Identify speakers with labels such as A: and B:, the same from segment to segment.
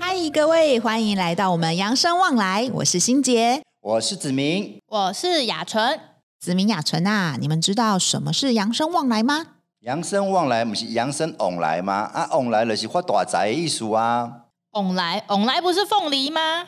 A: 嗨，各位，欢迎来到我们扬生望来，我是心杰，
B: 我是子明，
C: 我是雅纯。
A: 子明雅纯啊，你们知道什么是扬生望来吗？
B: 扬生望来，不是扬生往来吗？啊，往来就是发大财的意思啊。
C: 往来，往来不是凤梨吗？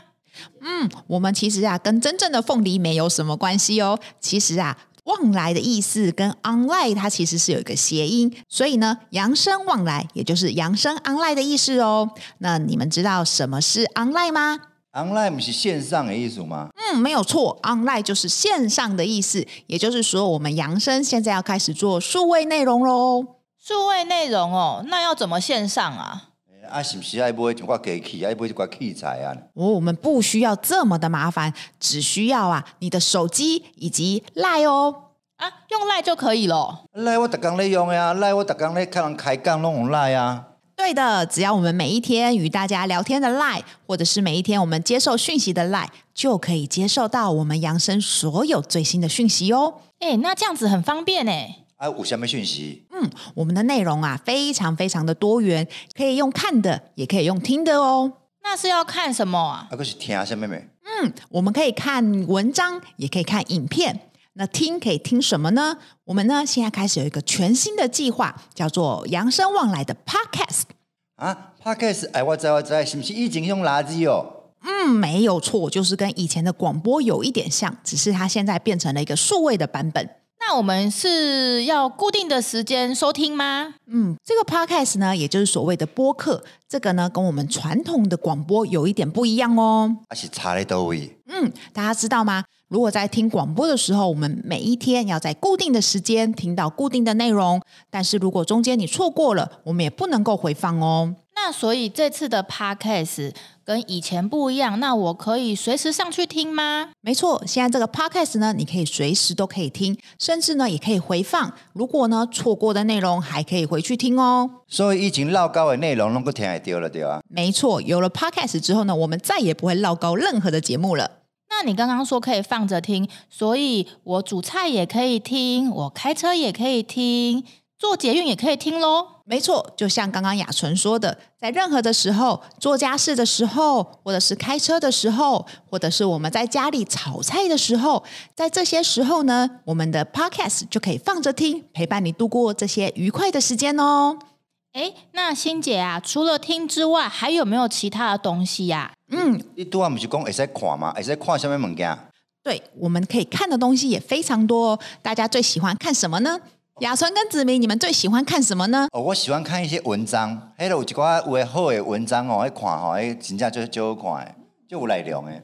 A: 嗯，我们其实啊，跟真正的凤梨没有什么关系哦。其实啊，望来的意思跟 online 它其实是有一个谐音，所以呢，扬生望来也就是扬生 online 的意思哦。那你们知道什么是 online 吗？
B: online 不是线上的意思吗？
A: 嗯，没有错，online 就是线上的意思，也就是说，我们扬生现在要开始做数位内容喽。
C: 数位内容哦，那要怎么线上啊？
B: 啊，是不是爱买一寡机器，爱买一寡器材啊？
A: 哦，我们不需要这么的麻烦，只需要啊你的手机以及 Line 哦。
C: 啊，用赖就可以咯。
B: 赖啊我逐工咧用呀、啊，赖我逐工咧看人开讲拢用赖啊。
A: 对的，只要我们每一天与大家聊天的 Line，或者是每一天我们接受讯息的 Line，就可以接受到我们扬生所有最新的讯息哦。
C: 哎、欸，那这样子很方便哎。
B: 啊，有什么讯息？
A: 嗯，我们的内容啊，非常非常的多元，可以用看的，也可以用听的哦。
C: 那是要看什么啊？
B: 啊，可是听什么没？
A: 嗯，我们可以看文章，也可以看影片。那听可以听什么呢？我们呢现在开始有一个全新的计划，叫做“扬生望来”的 Podcast
B: 啊，Podcast 哎，我知我知，是不是以前用垃圾哦？
A: 嗯，没有错，就是跟以前的广播有一点像，只是它现在变成了一个数位的版本。
C: 那我们是要固定的时间收听吗？
A: 嗯，这个 podcast 呢，也就是所谓的播客，这个呢跟我们传统的广播有一点不一样哦。
B: 它啊是差在多位。
A: 嗯，大家知道吗？如果在听广播的时候，我们每一天要在固定的时间听到固定的内容，但是如果中间你错过了，我们也不能够回放哦。
C: 那所以这次的 podcast 跟以前不一样，那我可以随时上去听吗？
A: 没错，现在这个 podcast 呢，你可以随时都可以听，甚至呢也可以回放。如果呢错过的内容，还可以回去听哦。
B: 所以以前唠高的内容能够听得丢了对啊？
A: 没错，有了 podcast 之后呢，我们再也不会唠高任何的节目了。
C: 那你刚刚说可以放着听，所以我煮菜也可以听，我开车也可以听。做捷运也可以听喽，
A: 没错，就像刚刚雅纯说的，在任何的时候，做家事的时候，或者是开车的时候，或者是我们在家里炒菜的时候，在这些时候呢，我们的 podcast 就可以放着听，陪伴你度过这些愉快的时间哦。
C: 哎，那欣姐啊，除了听之外，还有没有其他的东西呀、
A: 啊？嗯，
B: 你拄啊不是讲会使看吗？会使看什么物件？
A: 对，我们可以看的东西也非常多哦。大家最喜欢看什么呢？雅纯跟子明，你们最喜欢看什么呢？
B: 哦，我喜欢看一些文章，迄个有一寡有诶好诶文章哦，迄看吼、哦，迄真正就就好看诶，就有内容诶。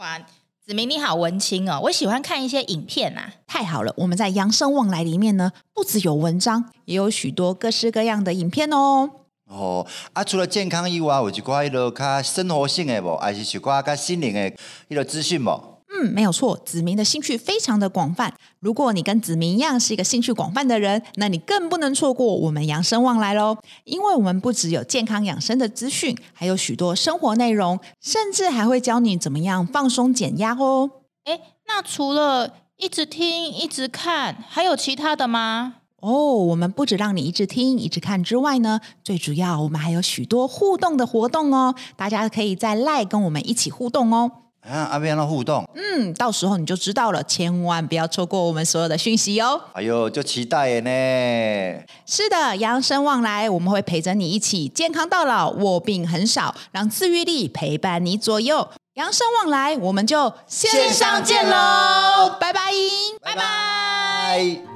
C: 哇，子明你好文青哦！我喜欢看一些影片呐、啊。
A: 太好了，我们在《扬生望来》里面呢，不只有文章，也有许多各式各样的影片哦。
B: 哦，啊，除了健康以外，有一寡迄落较生活性诶无，还是一寡较心灵诶迄落资讯无。
A: 嗯，没有错，子明的兴趣非常的广泛。如果你跟子明一样是一个兴趣广泛的人，那你更不能错过我们养生望来喽，因为我们不只有健康养生的资讯，还有许多生活内容，甚至还会教你怎么样放松减压哦。
C: 诶，那除了一直听、一直看，还有其他的吗？
A: 哦，我们不止让你一直听、一直看之外呢，最主要我们还有许多互动的活动哦，大家可以在赖跟我们一起互动哦。
B: 啊，阿边那互动，
A: 嗯，到时候你就知道了，千万不要错过我们所有的讯息哦。
B: 哎呦，就期待耶呢！
A: 是的，扬生望来，我们会陪着你一起健康到老，卧病很少，让自愈力陪伴你左右。扬生望来，我们就
C: 线上见喽，
A: 拜拜，
B: 拜拜。